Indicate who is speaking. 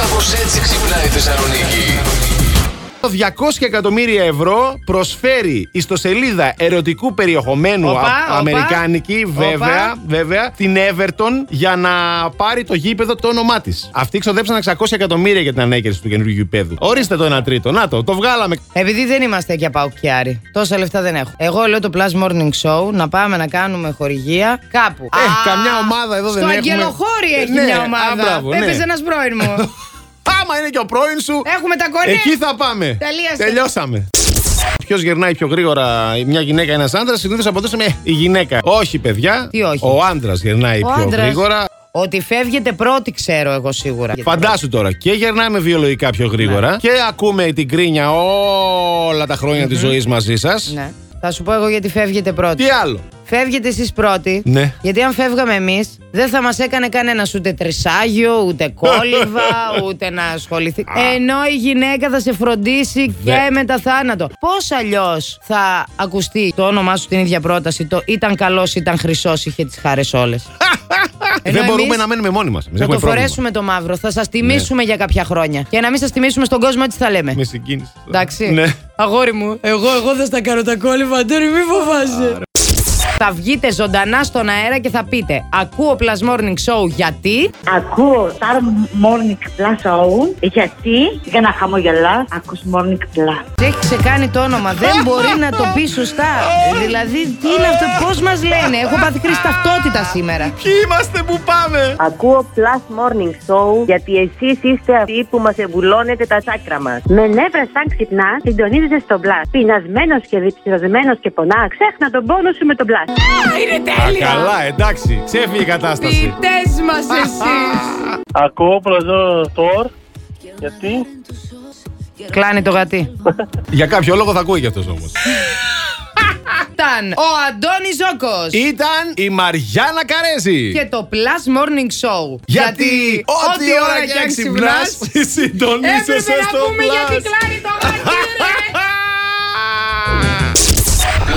Speaker 1: Κάπως έτσι ξυπνάει η Θεσσαλονίκη.
Speaker 2: 200 εκατομμύρια ευρώ προσφέρει ιστοσελίδα ερωτικού περιεχομένου
Speaker 3: Οπα,
Speaker 2: α-
Speaker 3: οπα.
Speaker 2: αμερικάνικη,
Speaker 3: Οπα.
Speaker 2: βέβαια, βέβαια, την Everton για να πάρει το γήπεδο το όνομά της. Αυτοί ξοδέψαν 600 εκατομμύρια για την ανέκριση του καινούργιου γήπεδου. Ορίστε το 1 τρίτο. Να το, το βγάλαμε.
Speaker 3: Επειδή δεν είμαστε για παουκιάρι, τόσα λεφτά δεν έχω. Εγώ λέω το Plus Morning Show να πάμε να κάνουμε χορηγία κάπου.
Speaker 2: Ε, καμιά ομάδα εδώ δεν
Speaker 3: Στο
Speaker 2: έχουμε.
Speaker 3: Αγγελοχώρι
Speaker 2: Ε,
Speaker 3: έχει
Speaker 2: ναι,
Speaker 3: μια
Speaker 2: α,
Speaker 3: ομάδα.
Speaker 2: μπράβο, ναι.
Speaker 3: Έπαιζε ένας πρώην μου.
Speaker 2: Άμα είναι και ο πρώην σου.
Speaker 3: Έχουμε τα κόρια.
Speaker 2: Εκεί θα πάμε.
Speaker 3: Τελείωσε.
Speaker 2: Τελειώσαμε. Ποιος γερνάει πιο γρήγορα, μια γυναίκα, ένας άντρας, συνήθως απαντούσαμε «Ε, η γυναίκα. Όχι, παιδιά.
Speaker 3: Τι όχι?
Speaker 2: Ο άντρας γερνάει
Speaker 3: Ο
Speaker 2: πιο
Speaker 3: άντρας.
Speaker 2: γρήγορα.
Speaker 3: Ότι φεύγετε πρώτη, ξέρω εγώ σίγουρα.
Speaker 2: Φαντάσου τώρα, και γερνάμε βιολογικά πιο γρήγορα
Speaker 3: Ναι.
Speaker 2: και ακούμε την κρίνια όλα τα χρονια της ζωής μαζί σας.
Speaker 3: Ναι. Θα σου πω εγώ γιατί φεύγετε πρώτη.
Speaker 2: Τι άλλο.
Speaker 3: Φεύγετε εσείς πρώτοι.
Speaker 2: Ναι.
Speaker 3: Γιατί αν φεύγαμε εμείς, δεν θα μας έκανε κανένας ούτε τρισάγιο, ούτε κόλυβα, ούτε να ασχοληθεί. Ενώ η γυναίκα θα σε φροντίσει
Speaker 2: Δε.
Speaker 3: και μετά θάνατο. Πώς αλλιώς θα ακουστεί το όνομά σου την ίδια πρόταση, το ήταν καλός, ήταν χρυσός, είχε τις χάρες όλες. Ε,
Speaker 2: Δεν μπορούμε να μένουμε μόνοι μας.
Speaker 3: Να το φορέσουμε το μαύρο. Θα
Speaker 2: Ναι.
Speaker 3: σα τιμήσουμε για κάποια χρόνια. Και να μην σας τιμήσουμε στον κόσμο, έτσι θα λέμε.
Speaker 2: Με συγκίνηση.
Speaker 3: Εντάξει.
Speaker 2: Ναι.
Speaker 3: Αγόρι μου, εγώ, εγώ δεν στα κάνω τα κόλλημα, Αντώνη, μη φοβάσαι. Θα βγείτε ζωντανά στον αέρα και θα πείτε Ακούω Plus Morning Show γιατί
Speaker 4: Ακούω Star Morning Plus Show γιατί για να χαμογελάς ακούς Morning Plus.
Speaker 3: σε έχει ξεκάνει το όνομα. Δεν μπορεί να το πει σωστά. δηλαδή, τι είναι αυτό, πώς μας λένε. Έχω πάθει κρίση ταυτότητα σήμερα.
Speaker 2: Ποιοι είμαστε που πάμε.
Speaker 5: Ακούω Plus Morning Show γιατί εσείς είστε αυτοί που μας εμβουλώνετε τα τσάκρα μας.
Speaker 6: Με νεύρα σαν ξυπνάς, συντονίζεσαι στο μπλα. Πεινασμένος και διψασμένο και πονάς, ξέχνα τον πόνο σου με τον μπλα.
Speaker 2: Α, καλά, εντάξει. Ξέφυγε η κατάσταση.
Speaker 3: Ποιητέ μας εσείς.
Speaker 7: Ακούω πλαζό τώρα. Γιατί?
Speaker 3: Κλάνει το γατί.
Speaker 2: Για κάποιο λόγο θα ακούει κι αυτός όμως.
Speaker 3: Ήταν ο Αντώνη Ζόκο
Speaker 2: Ήταν η Μαριάννα Καρέζη.
Speaker 3: και το Plus Morning Show.
Speaker 2: Γιατί ό,τι ώρα και αν ξυπνάς, συντονίζεσαι
Speaker 3: Έπρεπε να
Speaker 2: στο
Speaker 3: πούμε γιατί
Speaker 2: πλάσ.
Speaker 3: κλάνει το γατί, ρε. ε.